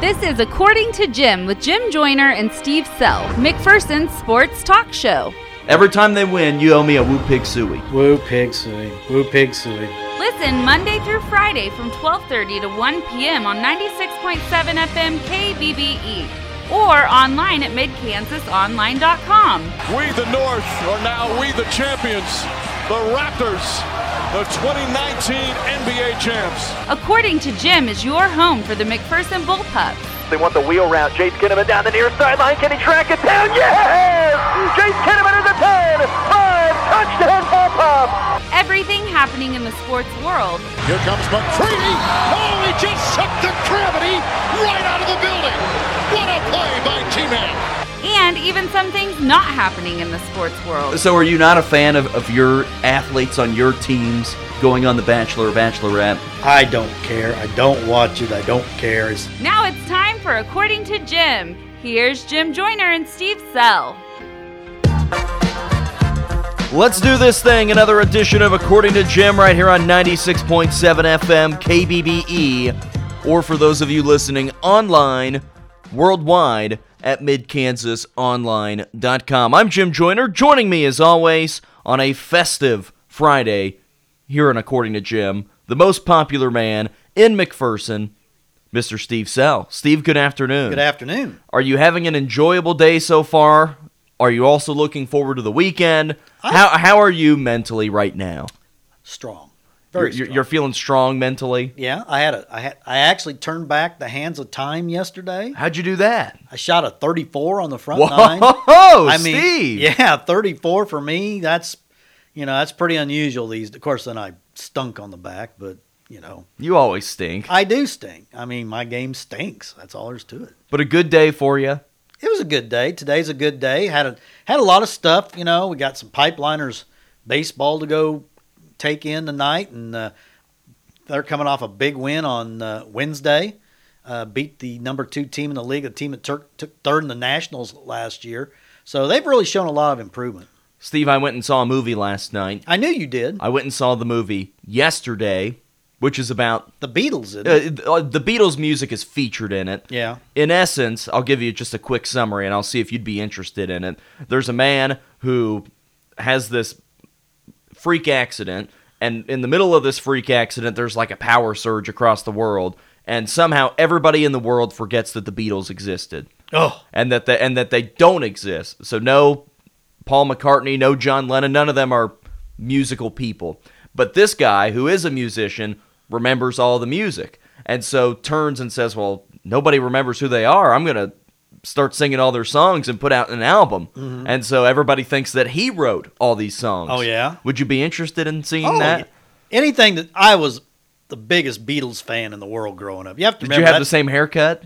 This is According to Jim with Jim Joyner and Steve Sell, McPherson's sports talk show. Every time they win, you owe me a woo pig suey. Woo pig suey. Woo pig suey. Listen Monday through Friday from 12:30 to 1 p.m. on 96.7 FM KBBE E or online at midkansasonline.com. We the North are now we the champions, the Raptors, the 2019 NBA champs. According to Jim is your home for the McPherson Bullpup. They want the wheel round. Jace Kinnaman down the near sideline. Can he track it down? Yes! Jace Kinnaman is a 10! 5! Touchdown Bullpup! Everything happening in the sports world Here comes McCready. Oh, he just sucked the gravity right out of the building. What a play by T-Man. and even some things not happening in the sports world. So, are you not a fan of, of your athletes on your teams going on The Bachelor or Bachelorette? I don't care. I don't watch it. I don't care. It's Now it's time for According to Jim. Here's Jim Joyner and Steve Sell. Let's do this thing. Another edition of According to Jim right here on 96.7 FM KBBE, E. or for those of you listening online worldwide at midkansasonline.com. I'm Jim Joyner. Joining me as always on a festive Friday here on According to Jim, the most popular man in McPherson, Mr. Steve Sell. Steve, good afternoon. good afternoon. Are you having an enjoyable day so far? Are you also looking forward to the weekend? I- how how are you mentally right now? Strong. Very you're, strong. you're feeling strong mentally. yeah, I had a I had I actually turned back the hands of time yesterday. How'd you do that? I shot a 34 on the front nine. Whoa, I mean, Steve! yeah, 34 for me. That's you know, that's pretty unusual these. Of course, then I stunk on the back, but you know, You always stink, I do stink. I mean, my game stinks. That's all there's to it. but a good day for you. it was a good day. Today's a good day. Had a had a lot of stuff. You know, we got some pipeliners baseball to go take in tonight, and uh, they're coming off a big win on uh, Wednesday. Uh, beat the number two team in the league, the team that took took third in the Nationals last year. So they've really shown a lot of improvement. Steve, I went and saw a movie last night. I knew you did. I went and saw the movie yesterday, which is about The Beatles did. uh, uh, the Beatles' music is featured in it. yeah. in essence, I'll give you just a quick summary and I'll see if you'd be interested in it. There's a man who has this freak accident, and in the middle of this freak accident, there's like a power surge across the world, and somehow everybody in the world forgets that the Beatles existed Oh, and that the, and that they don't exist. So no Paul McCartney, no John Lennon, none of them are musical people. But this guy who is a musician remembers all the music. And so turns and says, "Well, nobody remembers who they are. I'm going to start singing all their songs and put out an album." And so everybody thinks that he wrote all these songs. Mm-hmm. Oh, yeah? Would you be interested in seeing oh that? anything that I was the biggest Beatles fan in the world growing up. You have to Did remember you have that- the same haircut?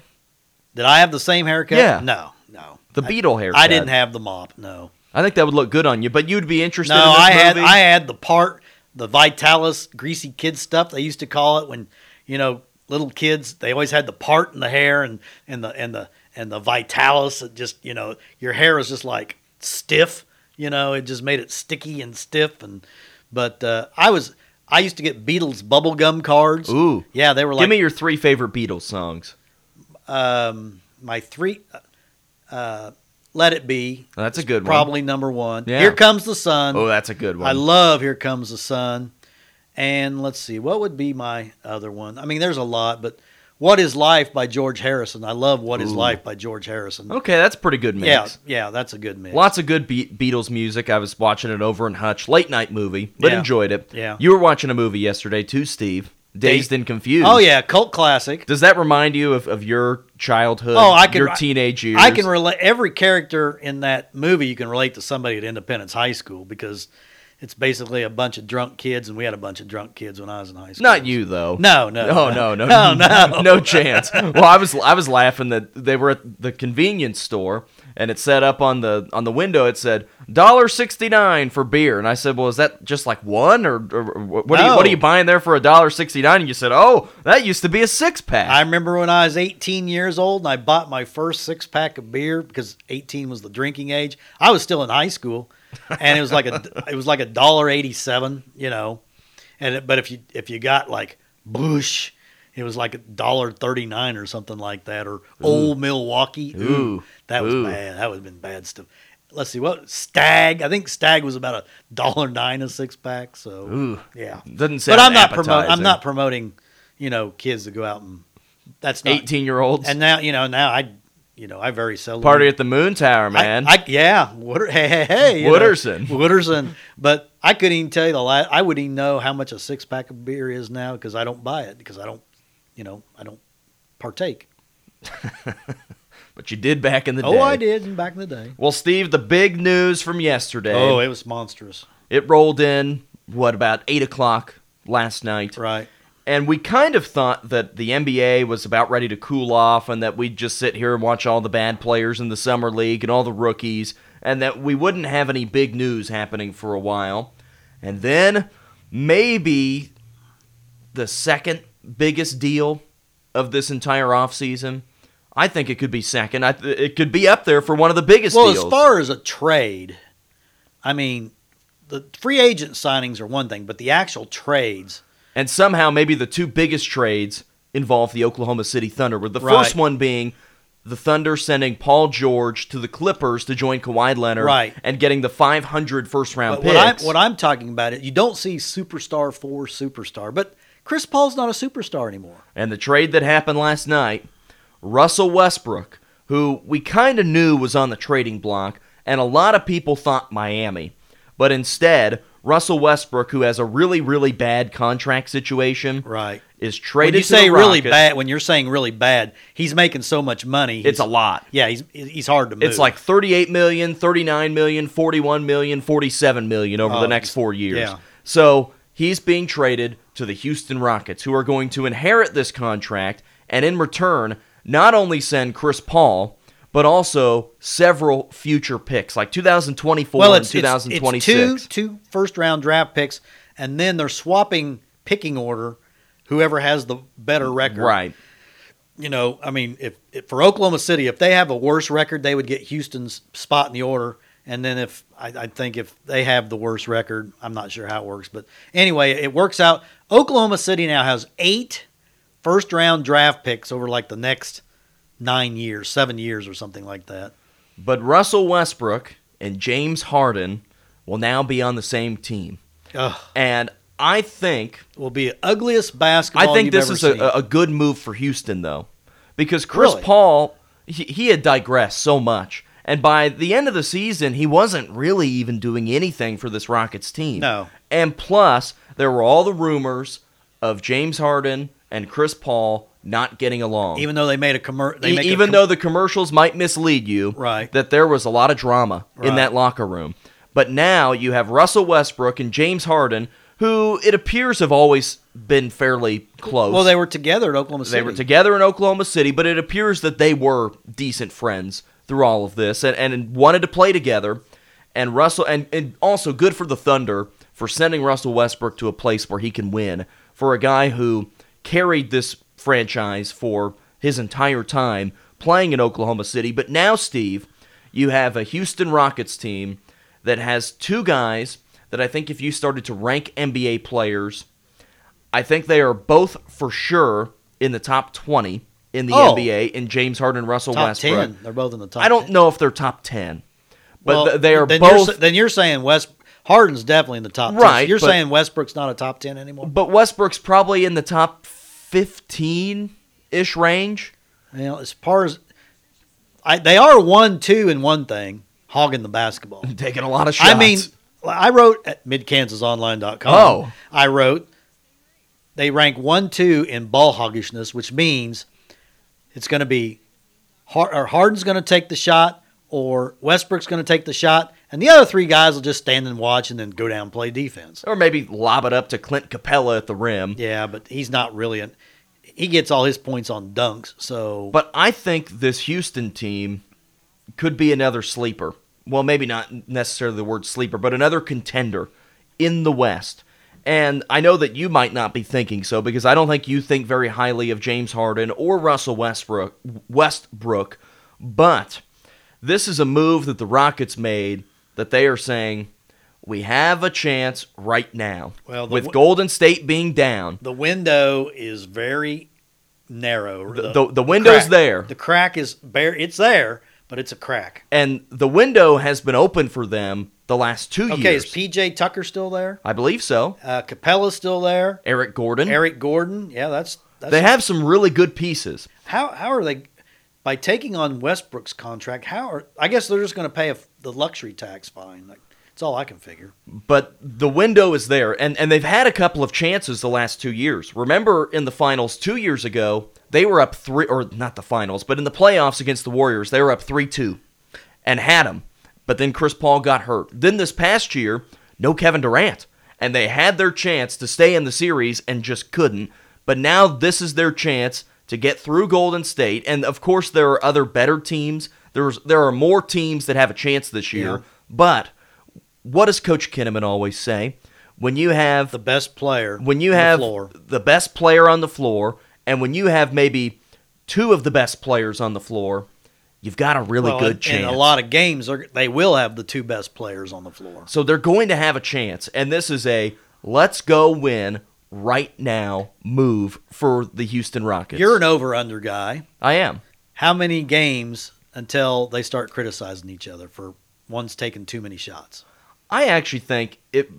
Did I have the same haircut? Yeah. No, no. The I- Beatle haircut. I didn't have the mop. No, I think that would look good on you, but you'd be interested no. in this I had movie? I had the part the Vitalis greasy kid stuff they used to call it when you know little kids they always had the part in the hair and and the and the and the Vitalis it just you know your hair is just like stiff you know it just made it sticky and stiff and but uh, I was I used to get Beatles bubblegum cards. Ooh. Yeah, they were like Give me your three favorite Beatles songs. um, my three. Uh, Let it be. Oh, That's a good one. Probably number one. Yeah. Here comes the sun. Oh, that's a good one. I love Here Comes the Sun. And let's see, what would be my other one? I mean, there's a lot, but What Is Life by George Harrison. I love What Is Ooh. Life by George Harrison. okay, that's a pretty good mix. Yeah, yeah, that's a good mix. Lots of good Be- Beatles music. I was watching it over in Hutch, late night movie, but Yeah. enjoyed it. Yeah. You were watching a movie yesterday too, Steve. Dazed and confused. Oh yeah, cult classic. Does that remind you of, of your childhood? Oh, I can your teenage years. I can relate every character in that movie. You can relate to somebody at Independence High School because it's basically a bunch of drunk kids, and we had a bunch of drunk kids when I was in high school. Not you though. No, no, Oh no, no. no, No, no, chance. Well, I was I was laughing that they were at the convenience store and it said up on the on the window it said dollar sixty nine for beer and I said, well, is that just like one or, or what? Are you, No. what are you buying there for a dollar sixty nine? And you said, oh, that used to be a six pack. I remember when I was 18 years old and I bought my first six pack of beer because 18 was the drinking age. I was still in high school, and it was like a it was like a dollar 87, you know. And it, but if you if you got like Bush, It was like a dollar thirty nine or something like that, or Old Milwaukee. Ooh, Ooh. that was Ooh. bad. That would have been bad stuff. Let's see what Stag. I think Stag was about a dollar nine a six pack. So Ooh. yeah, Doesn't sound but I'm not promoting. I'm appetizing. not promoting. You know, kids to go out and that's not, 18 year olds. And now you know now I, you know I very seldom Party at the Moon Tower, man. I, I, yeah, Wooder, hey, hey, hey, you know, Wooderson. Wooderson. But I couldn't even tell you the last. I wouldn't even know how much a six pack of beer is now because I don't buy it because I don't, you know, I don't partake. but you did back in the day. Oh, I did back in the day. Well, Steve, the big news from yesterday. Oh, it was monstrous, it rolled in, what, about 8 o'clock last night? right? And we kind of thought that the NBA was about ready to cool off and that we'd just sit here and watch all the bad players in the summer league and all the rookies and that we wouldn't have any big news happening for a while. And then maybe the second biggest deal of this entire offseason. I think it could be second. I th- it could be up there for one of the biggest Well, deals. as far as a trade, I mean, the free agent signings are one thing, but the actual trades, And somehow, maybe the two biggest trades involve the Oklahoma City Thunder, with the Right. first one being the Thunder sending Paul George to the Clippers to join Kawhi Leonard Right. and getting the 500 first round But what, I, picks. what I'm talking about is you don't see superstar for superstar, but Chris Paul's not a superstar anymore. and the trade that happened last night Russell Westbrook, who we kind of knew was on the trading block, and a lot of people thought Miami. But instead, Russell Westbrook, who has a really, really bad contract situation, Right. is When traded you to say the really Rockets. bad, when you're saying really bad, he's making so much money. It's a he's- lot. Yeah, he's he's hard to move. It's like 38 million, 39 million, 41 million, 47 million over the Oh, next four years. yeah. So he's being traded to the Houston Rockets, who are going to inherit this contract and in return not only send Chris Paul, but also several future picks like 2024 well, it's and it's- 2026. It's two two first round draft picks, and then they're swapping picking order. Whoever has the better record, right. You know, I mean, if, if for Oklahoma City, if they have a worse record, they would get Houston's spot in the order. And then if I, I think if they have the worst record, I'm not sure how it works, but anyway, it works out. Oklahoma City now has eight first round draft picks over like the next nine years, seven years, or something like that. But Russell Westbrook and James Harden will now be on the same team. Ugh. And I think It will be the ugliest basketball. I think you've this ever is seen. a, a good move for Houston, though, because Chris Really? Paul he, he had digressed so much, and by the end of the season, he wasn't really even doing anything for this Rockets team. No. and plus there were all the rumors of James Harden and Chris Paul not getting along. even though they made a commercial. E- even though the commercials might mislead you, Right. that there was a lot of drama in Right. that locker room. But now you have Russell Westbrook and James Harden, who it appears have always been fairly close. well, they were together at Oklahoma City. They were together in Oklahoma City, but it appears that they were decent friends through all of this and, and wanted to play together. And Russell and, and also good for the Thunder for sending Russell Westbrook to a place where he can win for a guy who carried this franchise for his entire time playing in Oklahoma City. But now, Steve, you have a Houston Rockets team that has two guys that I think if you started to rank NBA players I think they are both for sure in the top 20 in the Oh. NBA in James Harden and Russell top Westbrook. ten. They're both in the top. I don't 10. know if they're top 10, but Well, th- they are then both. You're, sa- then you're saying West Harden's definitely in the top. 10. Right, You're but- saying Westbrook's not a top ten anymore. but Westbrook's probably in the top 15 ish range. You know, as far as I, they are one two in one thing, hogging the basketball. Taking a lot of shots. I mean, I wrote at midkansasonline.com. Oh. I wrote they rank one two in ball hoggishness, which means it's going to be Har- or Harden's going to take the shot or Westbrook's going to take the shot, and the other three guys will just stand and watch and then go down and play defense. or maybe lob it up to Clint Capella at the rim. Yeah, but he's not really an. He gets all his points on dunks, so But I think this Houston team could be another sleeper. Well, maybe not necessarily the word sleeper, but another contender in the West. And I know that you might not be thinking so because I don't think you think very highly of James Harden or Russell Westbrook. Westbrook, but this is a move that the Rockets made that they are saying we have a chance right now. Well, the with w- Golden State being down, the window is very narrow. or The- the- the window's crack. there. The crack is bare. It's there, but it's a crack. and the window has been open for them the last two Okay, years. is PJ Tucker still there? I believe so. Uh, Capella's still there. Eric Gordon. Eric Gordon. Yeah, that's, that's they have some really good pieces. How how are they by taking on Westbrook's contract? How are I guess they're just going to pay a, the luxury tax fine. Like, that's all I can figure. but the window is there and and they've had a couple of chances the last 2 years. Remember in the finals 2 years ago, they were up 3 or not the finals, but in the playoffs against the Warriors, they were up 3-2 and had them. But then Chris Paul got hurt. Then this past year, no Kevin Durant, and they had their chance to stay in the series and just couldn't. But now this is their chance to get through Golden State, and of course there are other better teams. There's there are more teams that have a chance this year, Yeah. but what does Coach Kinnaman always say? When you have The best player when you on the have floor. the best player on the floor, and when you have maybe two of the best players on the floor, you've got a really Well, good in- chance. In a lot of games, they're- they will have the two best players on the floor. so they're going to have a chance, and this is a let's go win right now move for the Houston Rockets. You're an over under guy. I am. How many games until they start criticizing each other for one's taking too many shots? I actually think it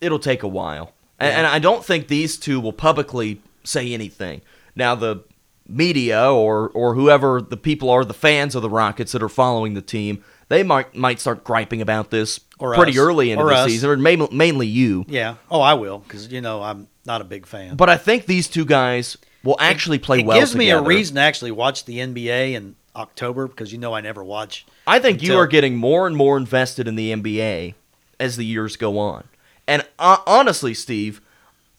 it'll take a while, and, and I don't think these two will publicly say anything. Now the media or or whoever the people are, the fans of the Rockets that are following the team, they might might start griping about this Or pretty us. early into Or the us. season, or mainly, mainly you. Yeah. Oh, I will because you know I'm not a big fan. But I think these two guys will actually play it well. gives me a together. reason to actually watch the NBA in October because you know I never watch. I think you until- are getting more and more invested in the NBA as the years go on. And uh, honestly, Steve,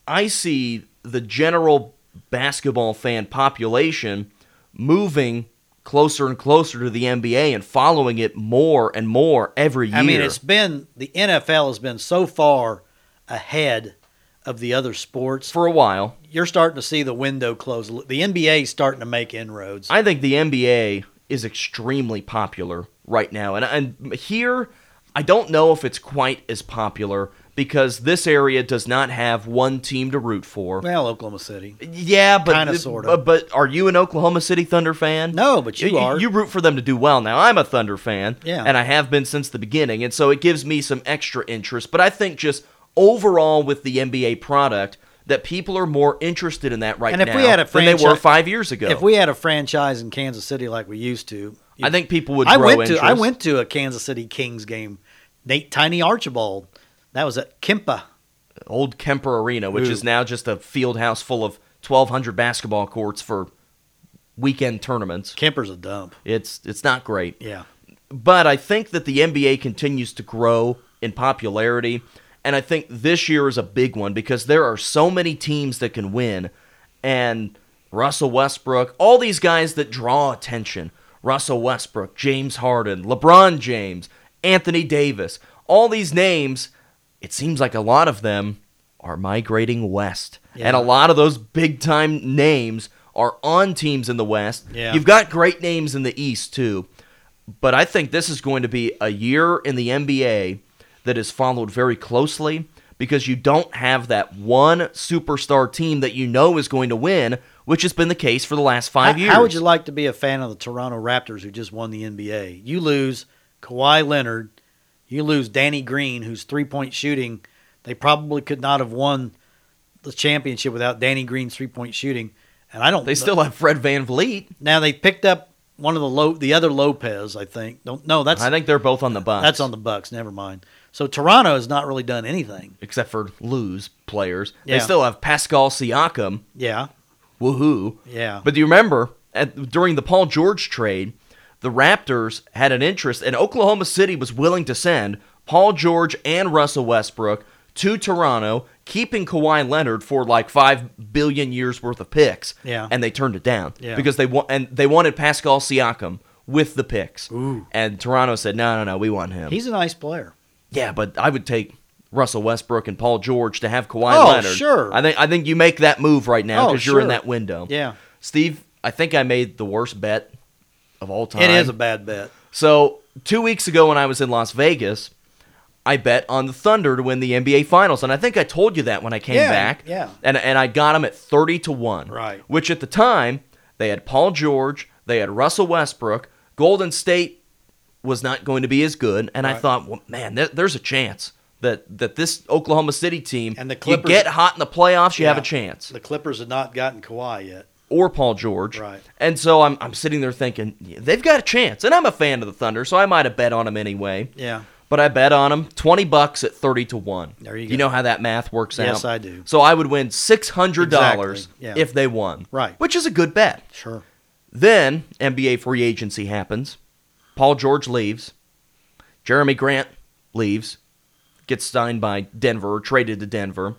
I see the general basketball fan population moving closer and closer to the NBA and following it more and more every year. I mean, it's been the NFL has been so far ahead of the other sports. for a while. You're starting to see the window close. The NBA's starting to make inroads. I think the NBA is extremely popular right now, and and here I don't know if it's quite as popular because this area does not have one team to root for. well, Oklahoma City. Yeah, but Kinda, sorta. But, but are you an Oklahoma City Thunder fan? No, but you are. You root for them to do well. Now I'm a Thunder fan, Yeah. and I have been since the beginning, and so it gives me some extra interest. But I think just overall with the NBA product, that people are more interested in that right And if now we had a than they were franchise- five years ago. If we had a franchise in Kansas City like we used to, I think people would. I grow went interest. to I went to a Kansas City Kings game. Nate Tiny Archibald. That was at Kempa. old Kemper Arena, which Ooh. is now just a field house full of 1,200 basketball courts for weekend tournaments. Kemper's a dump. It's it's not great. Yeah. but I think that the NBA continues to grow in popularity. And I think this year is a big one because there are so many teams that can win. And Russell Westbrook, all these guys that draw attention Russell Westbrook, James Harden, LeBron James, Anthony Davis, all these names, it seems like a lot of them are migrating west. Yeah. And a lot of those big time names are on teams in the West. Yeah. You've got great names in the East, too. But I think this is going to be a year in the NBA that is followed very closely because you don't have that one superstar team that you know is going to win, which has been the case for the last five how, years. how would you like to be a fan of the Toronto Raptors who just won the NBA? You lose Kawhi Leonard, you lose Danny Green, whose three point shooting, they probably could not have won the championship without Danny Green's three point shooting. And I don't They still have Fred Van Vliet. now they picked up one of the low the other Lopez, I think. Don't no, that's I think they're both on the bus. that's on the Bucks, never mind. So Toronto has not really done anything. except for lose players. They Yeah. still have Pascal Siakam. Yeah. Woohoo. Yeah. But do you remember at, during the Paul George trade, the Raptors had an interest, and Oklahoma City was willing to send Paul George and Russell Westbrook to Toronto, keeping Kawhi Leonard for like five billion years worth of picks. Yeah. and they turned it down Yeah. because they want and they wanted Pascal Siakam with the picks. Ooh. And Toronto said, no, no, no, we want him. He's a nice player. Yeah, but I would take Russell Westbrook and Paul George to have Kawhi Oh, Leonard. sure. I think I think you make that move right now Oh, because you're in sure. that window. Yeah. Steve, I think I made the worst bet of all time. It is a bad bet. so two weeks ago when I was in Las Vegas, I bet on the Thunder to win the NBA Finals, and I think I told you that when I came Yeah, back. yeah. And and I got them at thirty to one. Right. Which at the time They had Paul George. They had Russell Westbrook. Golden State was not going to be as good, and I thought, well, man, there, there's a chance that that this Oklahoma City team And the you Clippers- get hot in the playoffs, you have a Yeah. chance The Clippers had not gotten Kawhi yet. or Paul George. Right. And so I'm, I'm sitting there thinking, yeah, they've got a chance. And I'm a fan of the Thunder, so I might have bet on them anyway. Yeah. But I bet on them 20 bucks at 30 to 1. There you You go. know how that math works out? Yes, I do. So I would win $600 Exactly, yeah. if they won. Right. Which is a good bet. Sure. Then NBA free agency happens. Paul George leaves. Jeremy Grant leaves. Gets signed by Denver, traded to Denver.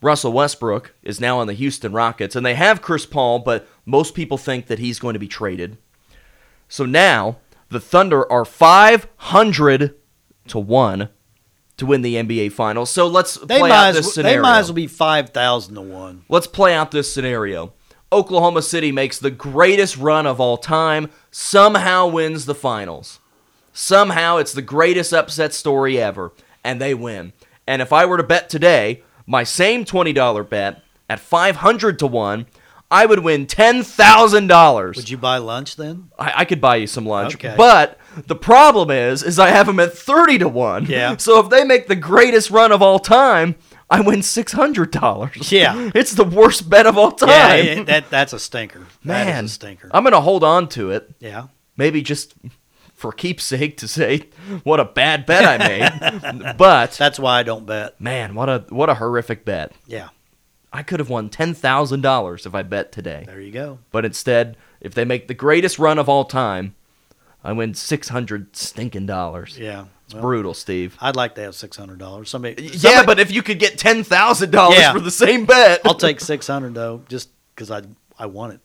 Russell Westbrook is now on the Houston Rockets, and they have Chris Paul, but most people think that he's going to be traded. So now the Thunder are 500 to 1 to win the NBA Finals. So let's They play might, out as this well, scenario. they might as well be 5,000 to 1. Let's play out this scenario. Oklahoma City makes the greatest run of all time, somehow wins the finals. Somehow it's the greatest upset story ever, and they win. And if I were to bet today, my same $20 bet at 500 to 1, I would win $10,000. Would you buy lunch then? I, I could buy you some lunch, Okay. but the problem is, is I have them at thirty to one. Yeah. So if they make the greatest run of all time, I win six hundred dollars. Yeah. It's the worst bet of all time. Yeah, it- that, that's a stinker. that Man, Oh. is a stinker. I'm gonna hold on to it, yeah. maybe just for keepsake to say what a bad bet I made. but That's why I don't bet. man, what a what a horrific bet. Yeah. I could have won ten thousand dollars if I bet today. There you go. But instead, if they make the greatest run of all time, I win six hundred stinking dollars. Yeah. Well, Brutal, Steve. I'd like to have $600. Somebody, yeah, somebody- but if you could get ten thousand dollars Yeah. for the same bet, I'll take 600 though, just because I, I want it.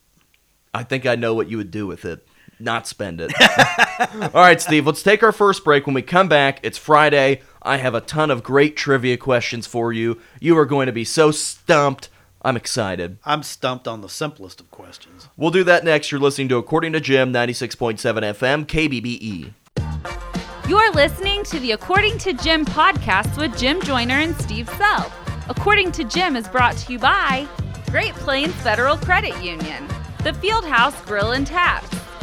I think I know what you would do with it. Not spend it. All right, Steve, let's take our first break. When we come back, it's Friday. I have a ton of great trivia questions for you. You are going to be so stumped. I'm excited. I'm stumped on the simplest of questions. We'll do that next. You're listening to According to Jim, 96.7 FM, KBBE. You're listening to the According to Jim podcast with Jim Joyner and Steve Self. According to Jim is brought to you by Great Plains Federal Credit Union, The Fieldhouse Grill and Taps,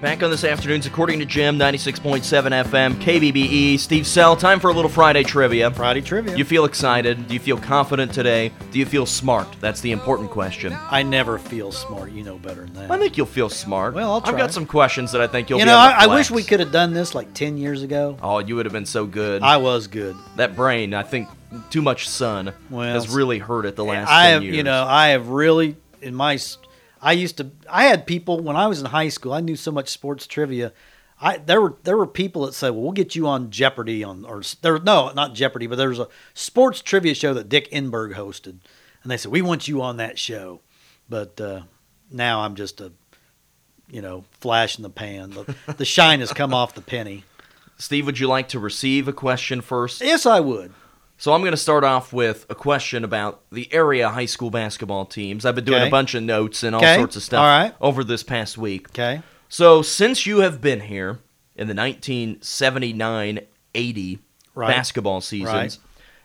Back on this afternoon's According to Jim, 96.7 FM, KBBE. E. Steve Sell, time for a little Friday trivia. Friday trivia. You feel excited? Do you feel confident today? Do you feel smart? That's the important question. I never feel smart. You know better than that. I think you'll feel smart. Well, I'll have try. got some questions that I think you'll you be know, able to I, I wish flex. we could have done this like 10 years ago. Oh, you would have been so good. I was good. that brain, I think too much sun Well, has really hurt it the last I 10 have, years. you know, I have really in my. s- I used to. I had people when I was in high school. I knew so much sports trivia. I there were there were people that said, "Well, we'll get you on Jeopardy on or s- there no not Jeopardy, but there was a sports trivia show that Dick Enberg hosted, and they said we want you on that show." But uh, now I'm just a you know flash in the pan. The, the shine has come off the penny. Steve, would you like to receive a question first? Yes, I would. So I'm going to start off with a question about the area high school basketball teams. I've been doing a Okay. bunch of notes and all Okay. sorts of stuff All right. over this past week. Okay. So since you have been here in the 1979-80 Right. basketball seasons, Right.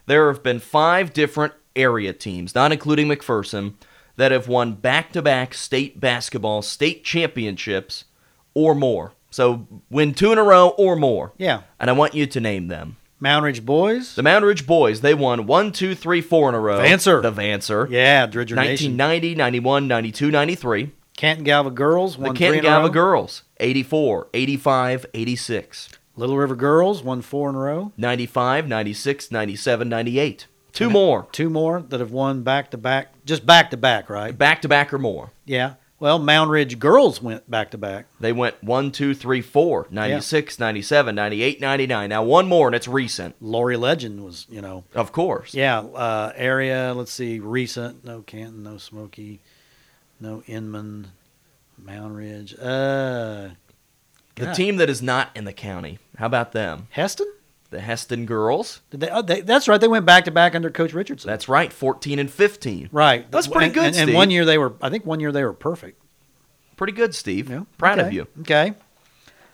there have been five different area teams, not including McPherson, that have won back-to-back state basketball state championships or more. So win two in a row or more. Yeah. And I want you to name them. Mound Ridge Boys. The Mound Ridge Boys, they won one, two, three, four in a row. Vancer. The Vancer. yeah, Dridger Nation. 1990, 91, 92, 93. Canton Galva Girls. The Won three Canton in a Galva row. Girls, 84, 85, 86, Little River Girls won four in a row. 95, 96, 97, 98. Two more. Two more that have won back to back, just back to back, right? Back to back or more. Yeah. Well, Mound Ridge Girls went back to back. They went 1, 2, 3, 4, 96, 97, 98, 99. Now, one more, and it's recent. Lori Legend was, you know, Of course. yeah. Uh, area, let's see, recent. No Canton, no Smoky, no Inman, Mound Ridge. Uh, The Yeah. team that is not in the county. How about them? Heston? The Heston girls. Did they, oh, they, that's right. They went back to back under Coach Richardson. That's right, 14 and 15. right. That's pretty And- good, And, Steve. and one year they were, I think one year they were perfect. Pretty good, Steve. Yeah. Proud of Okay. you. Okay.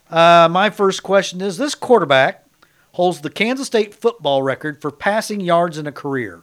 Uh, my first question is this quarterback holds the Kansas State football record for passing yards in a career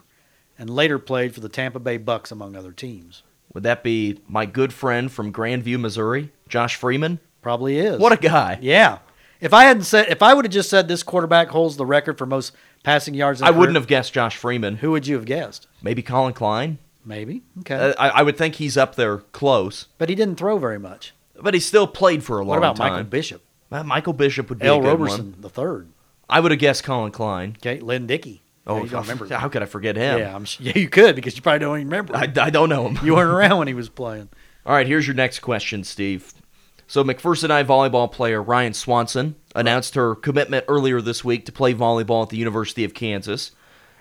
and later played for the Tampa Bay Bucks, among other teams. Would that be my good friend from Grandview, Missouri, Josh Freeman? Probably is. What a guy. Yeah. If I hadn't said, if I would have just said this quarterback holds the record for most passing yards in a I wouldn't career, have guessed Josh Freeman. Who would you have guessed? Maybe Colin Klein. Maybe. Okay. Uh, I, I would think he's up there close, but he didn't throw very much. but he still played for a long What about time. Michael Bishop? Uh, Michael Bishop would be L. a good Roberson one. the third. I would have guessed Colin Klein. Okay. Lynn Dickey. Oh, Yeah, you don't remember. how could I forget yeah. him? I'm, su- yeah, you could because you probably don't even remember. I, I don't know him. you weren't around when he was playing. All right, here's your next question, Steve. So, McPherson I volleyball player Ryan Swanson announced her commitment earlier this week to play volleyball at the University of Kansas.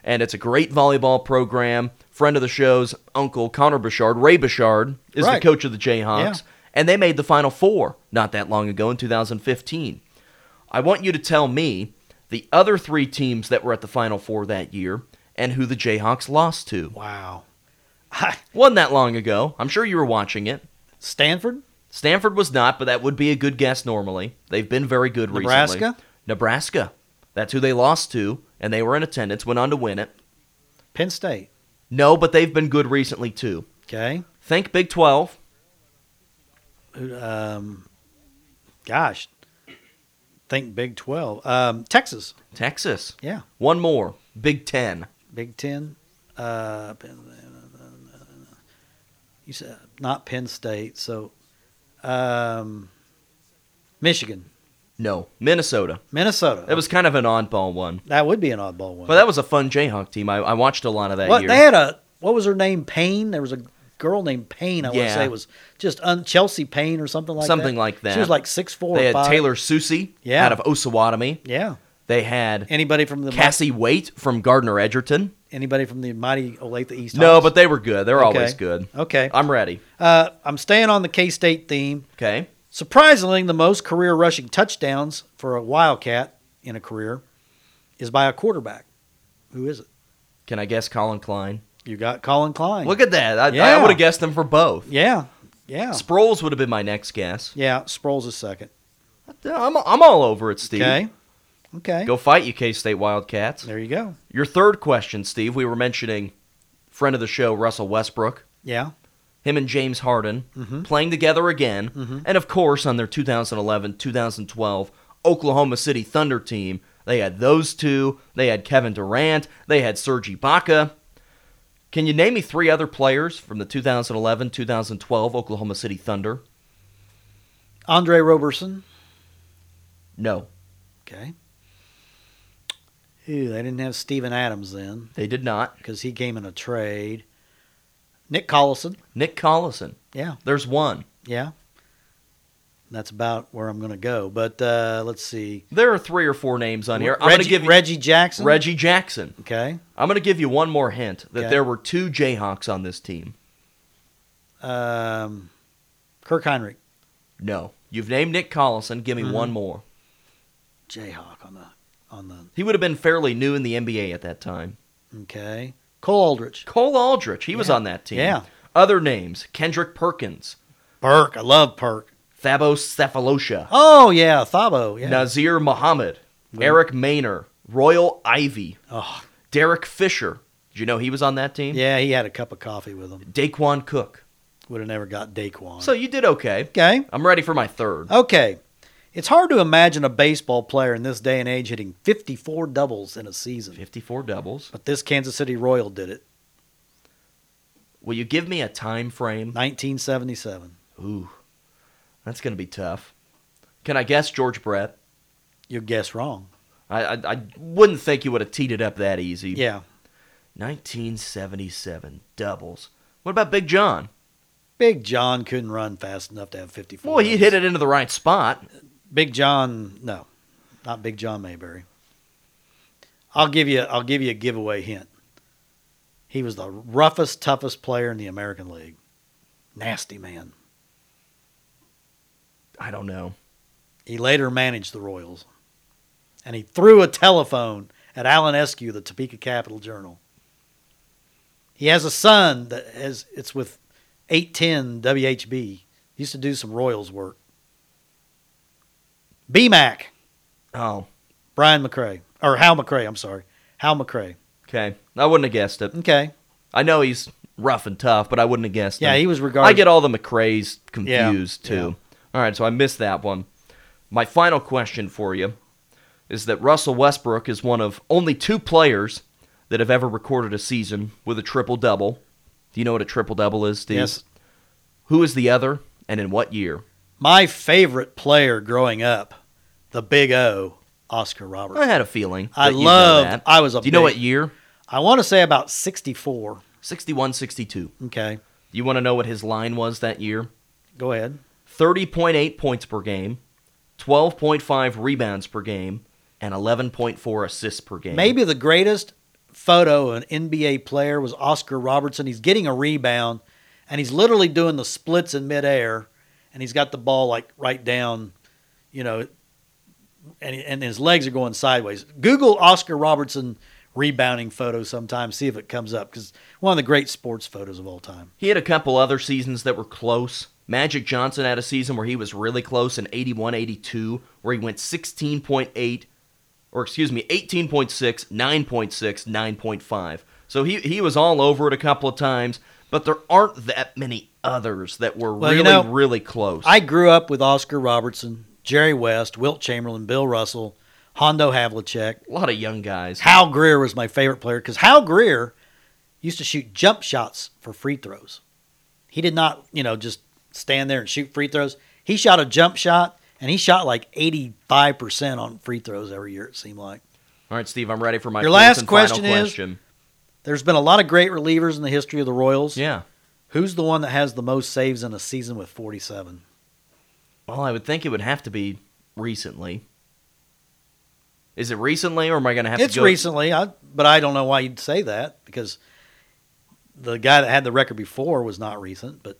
And it's a great volleyball program. Friend of the show's uncle, Connor Bouchard, Ray Bouchard, is Right. the coach of the Jayhawks. Yeah. And they made the Final Four not that long ago in 2015. I want you to tell me the other three teams that were at the Final Four that year and who the Jayhawks lost to. Wow. Wasn't that long ago. I'm sure you were watching it. Stanford? Stanford was not, but that would be a good guess normally. They've been very good recently. Nebraska? Nebraska. That's who they lost to, and they were in attendance, went on to win it. Penn State. No, but they've been good recently too. Okay. Think Big 12. Um, gosh. Think Big 12. Um, Texas. Texas. Yeah. One more. Big 10. Big Ten. Uh, you said not Penn State, so um, Michigan, No. Minnesota. Minnesota. That was kind of an oddball one. that would be an oddball one. But that was a fun Jayhawk team. I, I watched a lot of that what year. they had a what was her name? Payne. There was a girl named Payne. I want Yeah. to say was just un, Chelsea Payne or something like that. Something like that. She was like six four. They or had five. Taylor Susie Yeah. out of Osawatomie. Yeah. They had Anybody from the Cassie Waite from Gardner Edgerton. anybody from the mighty Olathe East? No, Hawks? but they were good. They're always Okay. good. Okay. I'm ready. uh, I'm staying on the K State theme. Okay. Surprisingly, the most career rushing touchdowns for a Wildcat in a career is by a quarterback. Who is it? Can I guess Colin Klein? You got Colin Klein. Look at that. I, I Yeah. would have guessed them for both. yeah, yeah, Sproles would have been my next guess. yeah. Sproles is second. I'm, I'm all over it, Steve. Okay, okay. Go fight, you K State Wildcats. There you go. Your third question, Steve. We were mentioning friend of the show, Russell Westbrook, Yeah, him and James Harden Mm-hmm. playing together again. And of course, on their 2011 2012 Oklahoma City Thunder team, they had those two. They had Kevin Durant. They had Serge Ibaka. Can you name me three other players from the 2011 2012 Oklahoma City Thunder? Andre Roberson. No, Okay. Ew, they didn't have Steven Adams then they did not. because he came in a trade. Nick Collison. Nick Collison. Yeah, There's one. yeah. That's about where I'm going to go. But uh, let's see. There are three or four names on here. I'm going Reggie, to give you Reggie Jackson. Reggie Jackson. Okay. I'm going to give you one more hint that Okay. there were two Jayhawks on this team. Um, Kirk Heinrich, No. You've named Nick Collison. Give me Mm-hmm. one more. Jayhawk on the on the He would have been fairly new in the NBA at that time. okay. Cole Aldrich, Cole Aldrich, he was Yeah. on that team. Yeah. Other names Kendrick Perkins, Perk. I love Perk. Thabo Cephalosha, Oh yeah, Thabo. Yeah. Nazir Muhammad, Eric Maynor, Royal Ivy, Oh, Derek Fisher. Did you know he was on that team? yeah. He had a cup of coffee with him. Daquan Cook. Would have never got Daquan. So you did okay. okay, I'm ready for my Oh. third. okay. It's hard to imagine a baseball player in this day and age hitting 54 doubles in a season, 54 doubles. but this Kansas City Royal did it. Will you give me a time frame? 1977. Ooh, that's going to be tough. Can I guess George Brett? You guess wrong. I, I, I wouldn't think you would have teed it up that easy. Yeah. 1977 doubles. What about Big John? Big John couldn't run fast enough to have 54. Well, he doubles. hit it into the right spot. Big John, no, not Big John Mayberry. I'll give you. I'll give you a giveaway hint. He was the roughest, toughest player in the American League. Nasty man. I don't know. He later managed the Royals. And he threw a telephone at Alan Eskew, the Topeka Capital Journal. He has a son that has it's with 810 WHB. He used to do some Royals work. BMAC, Oh, Brian McCray. Or Hal McCray, I'm sorry. Hal McCray. okay. I wouldn't have guessed it. Okay. I know he's rough and tough, but I wouldn't have guessed. Yeah, him. he was regarded- I get all the McCrays confused Yeah, too. All right, so I missed that one. My final question for you is that Russell Westbrook is one of only two players that have ever recorded a season with a triple double. Do you know what a triple double is, Steve? Yes. Who is the other, and in what year? My favorite player growing up, the Big O, Oscar Robertson. I had a feeling. I that you'd know loved- that. I was a Do you know big- what year? I want to say about 64. 61 62. Okay, You want to know what his line was that year? go ahead. 30.8 points per game, 12.5 rebounds per game, and 11.4 assists per game. Maybe the greatest photo of an NBA player was Oscar Robertson. He's getting a rebound, and he's literally doing the splits in midair, and he's got the ball like right down, you know, and and his legs are going sideways. Google Oscar Robertson rebounding photo sometime, see if it comes up because one of the great sports photos of all time. He had a couple other seasons that were close. Magic Johnson had a season where he was really close in 81 82, where he went 16.8, or excuse me, 18.6, 9.6, 9.5. So he, he was all over it a couple of times, but there aren't that many others that were Well, really, you know, really close. I grew up with Oscar Robertson, Jerry West, Wilt Chamberlain, Bill Russell, Hondo Havlicek. a lot of young guys. Hal Greer was my favorite player because Hal Greer used to shoot jump shots for free throws. He did not, you know, just stand there and shoot free throws. He shot a jump shot and he shot like 85% on free throws every year, it seemed like. All right, Steve, I'm ready for my Your fourth last and final question is- question. There's been a lot of great relievers in the history of the Royals. Yeah. Who's the one that has the most saves in a season with 47? Well, I would think it would have to be recently. Is it recently, or am I going to have It's to go? recently, I, but I don't know why you'd say that because the guy that had the record before was not recent, but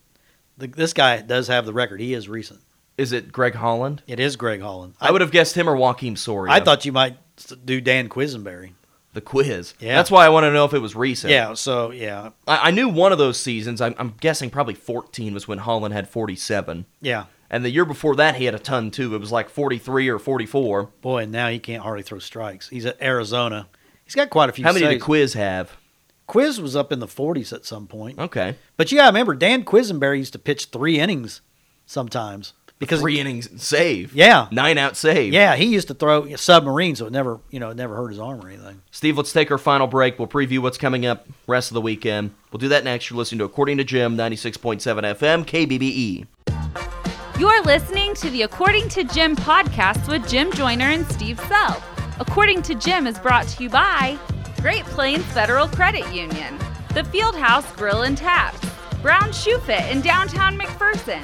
the, this guy does have the record. He is recent. Is it Greg Holland? It is Greg Holland. I would have guessed him or Joaquin Soria. I thought you might s- do Dan Quisenberry. the quiz. Yeah. that's why I want to know if it was recent. Yeah. So yeah, I, I knew one of those seasons. I'm, I'm guessing probably 14 was when Holland had 47, yeah. and the year before that he had a ton too. It was like 43 or 44. Boy, and now he can't hardly throw strikes. He's at Arizona. He's got quite a few. How many did saves. the quiz have? Quiz was up in the 40s at some point. Okay, But you got to remember, Dan Quisenberry used to pitch three innings sometimes because three innings save. Yeah. nine out save. yeah, he used to throw submarines, so it never you know it never hurt his arm or anything. Steve, let's take our final break. We'll preview what's coming up rest of the weekend. We'll do that next. You're listening to According to Jim, 96.7 FM, KBBE. You're listening to the According to Jim podcast with Jim Joyner and Steve Self. According to Jim is brought to you by Great Plains Federal Credit Union, The Fieldhouse Grill and Taps, Brown Shoe Fit in downtown McPherson,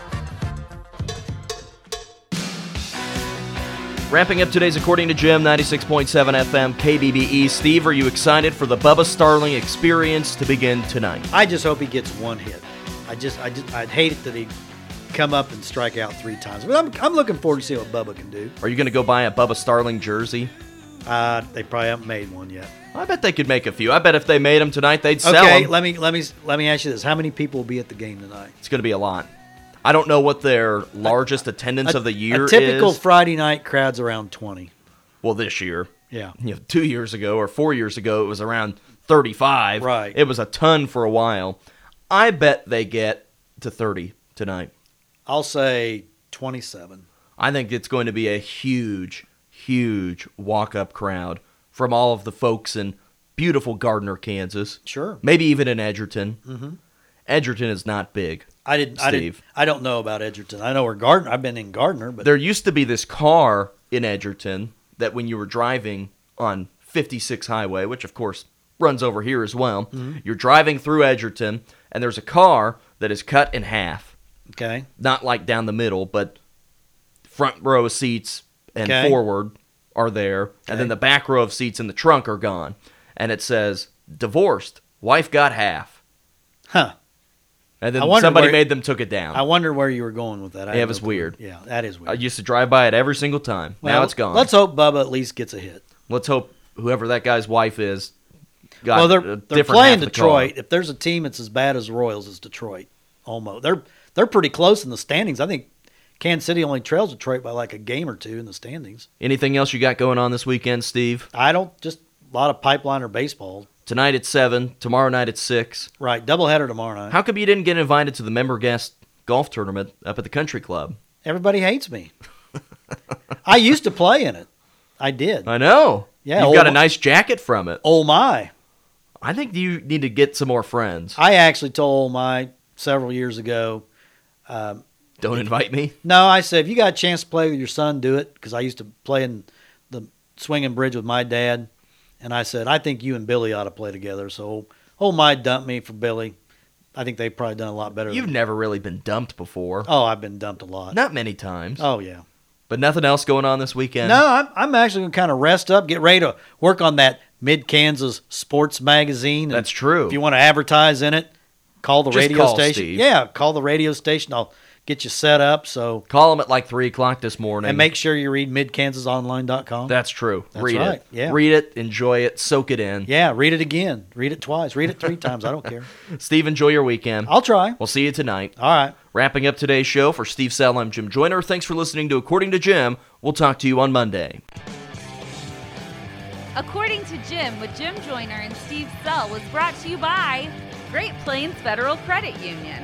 Wrapping up today's According to Jim, 96.7 FM, KBBE. E. Steve, are you excited for the Bubba Starling experience to begin tonight? I just hope he gets one hit. I just, I just, I'd hate it that he come up and strike out three times. But I'm, I'm looking forward to see what Bubba can do. Are you going to go buy a Bubba Starling jersey? Uh, they probably haven't made one yet. I bet they could make a few. I bet if they made them tonight, they'd sell Okay, 'em. let me, let me, let me ask you this: How many people will be at the game tonight? It's going to be a lot. I don't know what their largest attendance of the year a typical is. Friday night crowd's around twenty. well, this year. Yeah, you know, two years ago or four years ago, it was around 35. Right. It was a ton for a while. I bet they get to 30 tonight. I'll say twenty-seven. I think it's going to be a huge, huge walk up crowd from all of the folks in beautiful Gardner, Kansas. Sure. Maybe even in Edgerton. Mm-hmm. Edgerton is not big. I didn't. I didn't. Steve. I don't know about Edgerton. I know where Gardner. I've been in Gardner, but There used to be this car in Edgerton that when you were driving on 56 highway, which of course runs over here as well, you're driving through Edgerton and there's a car that is cut in half. Okay. Not like down the middle, but front row of seats and Okay. forward are there, and Okay. then the back row of seats in the trunk are gone. And it says divorced, wife got half, Huh. and then I wonder somebody where- made them took it down. I wonder where you were going with that. I Yeah, it have was no clue. weird. Yeah, that is weird. I used to drive by it every single time. now Well, it's gone. Let's hope Bubba at least gets a hit. Let's hope whoever that guy's wife is. Got well, a they're they're different playing half of the Detroit. car. If there's a team that's as bad as Royals, it's Detroit. Almost. They're they're pretty close in the standings. I think Kansas City only trails Detroit by like a game or two in the standings. Anything else you got going on this weekend, Steve? I don't just a lot of pipeline or baseball. Tonight at seven. Tomorrow night at six. Right, doubleheader tomorrow night. How come you didn't get invited to the member guest golf tournament up at the country club? Everybody hates me. I used to play in it. I did. I know. Yeah, you've old- got a nice jacket from it. oh my. I think you need to get some more friends. I actually told my several years ago. um, Don't invite me. No, I said if you got a chance to play with your son, do it because I used to play in the swinging bridge with my dad, and I said I think you and Billy ought to play together. So oh my, dumped me for Billy. I think they've probably done a lot better. You've than, never really been dumped before. oh, I've been dumped a lot. Not many times. Oh yeah. But nothing else going on this weekend. No, I'm, I'm actually going to kind of rest up, get ready to work on that Mid Kansas Sports Magazine. And That's true. If you want to advertise in it, call the Just radio call station. Steve. Yeah, call the radio station. I'll get you set up. So Call them at like three o'clock this morning. and make sure you read midkansasonline.com. That's true. That's Read right, it. yeah. Read it. Enjoy it. Soak it in. yeah, read it again. Read it twice. Read it three times. I don't care. Steve, enjoy your weekend. I'll try. we'll see you tonight. All right. Wrapping up today's show for Steve Sell, I'm Jim Joyner. Thanks for listening to According to Jim. We'll talk to you on Monday. According to Jim, with Jim Joyner and Steve Sell, was brought to you by Great Plains Federal Credit Union,